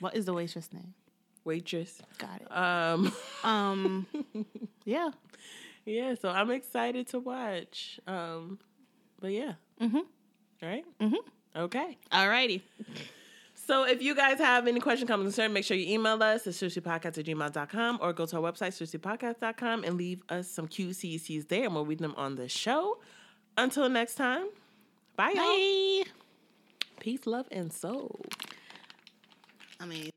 Speaker 2: What is the waitress name?
Speaker 3: Waitress.
Speaker 2: Got it.
Speaker 3: Um.
Speaker 2: Um, yeah.
Speaker 3: Yeah. So I'm excited to watch. Um. But yeah. Mm-hmm. All right. Mm-hmm. Okay.
Speaker 2: Alrighty.
Speaker 3: So if you guys have any question, comments, and concern, make sure you email us at sushipodcast at gmail.com or go to our website, sushipodcast.com, and leave us some QCCs there, and we'll read them on the show. Until next time, bye, y'all.
Speaker 2: Bye.
Speaker 3: Peace, love, and soul.
Speaker 2: I mean.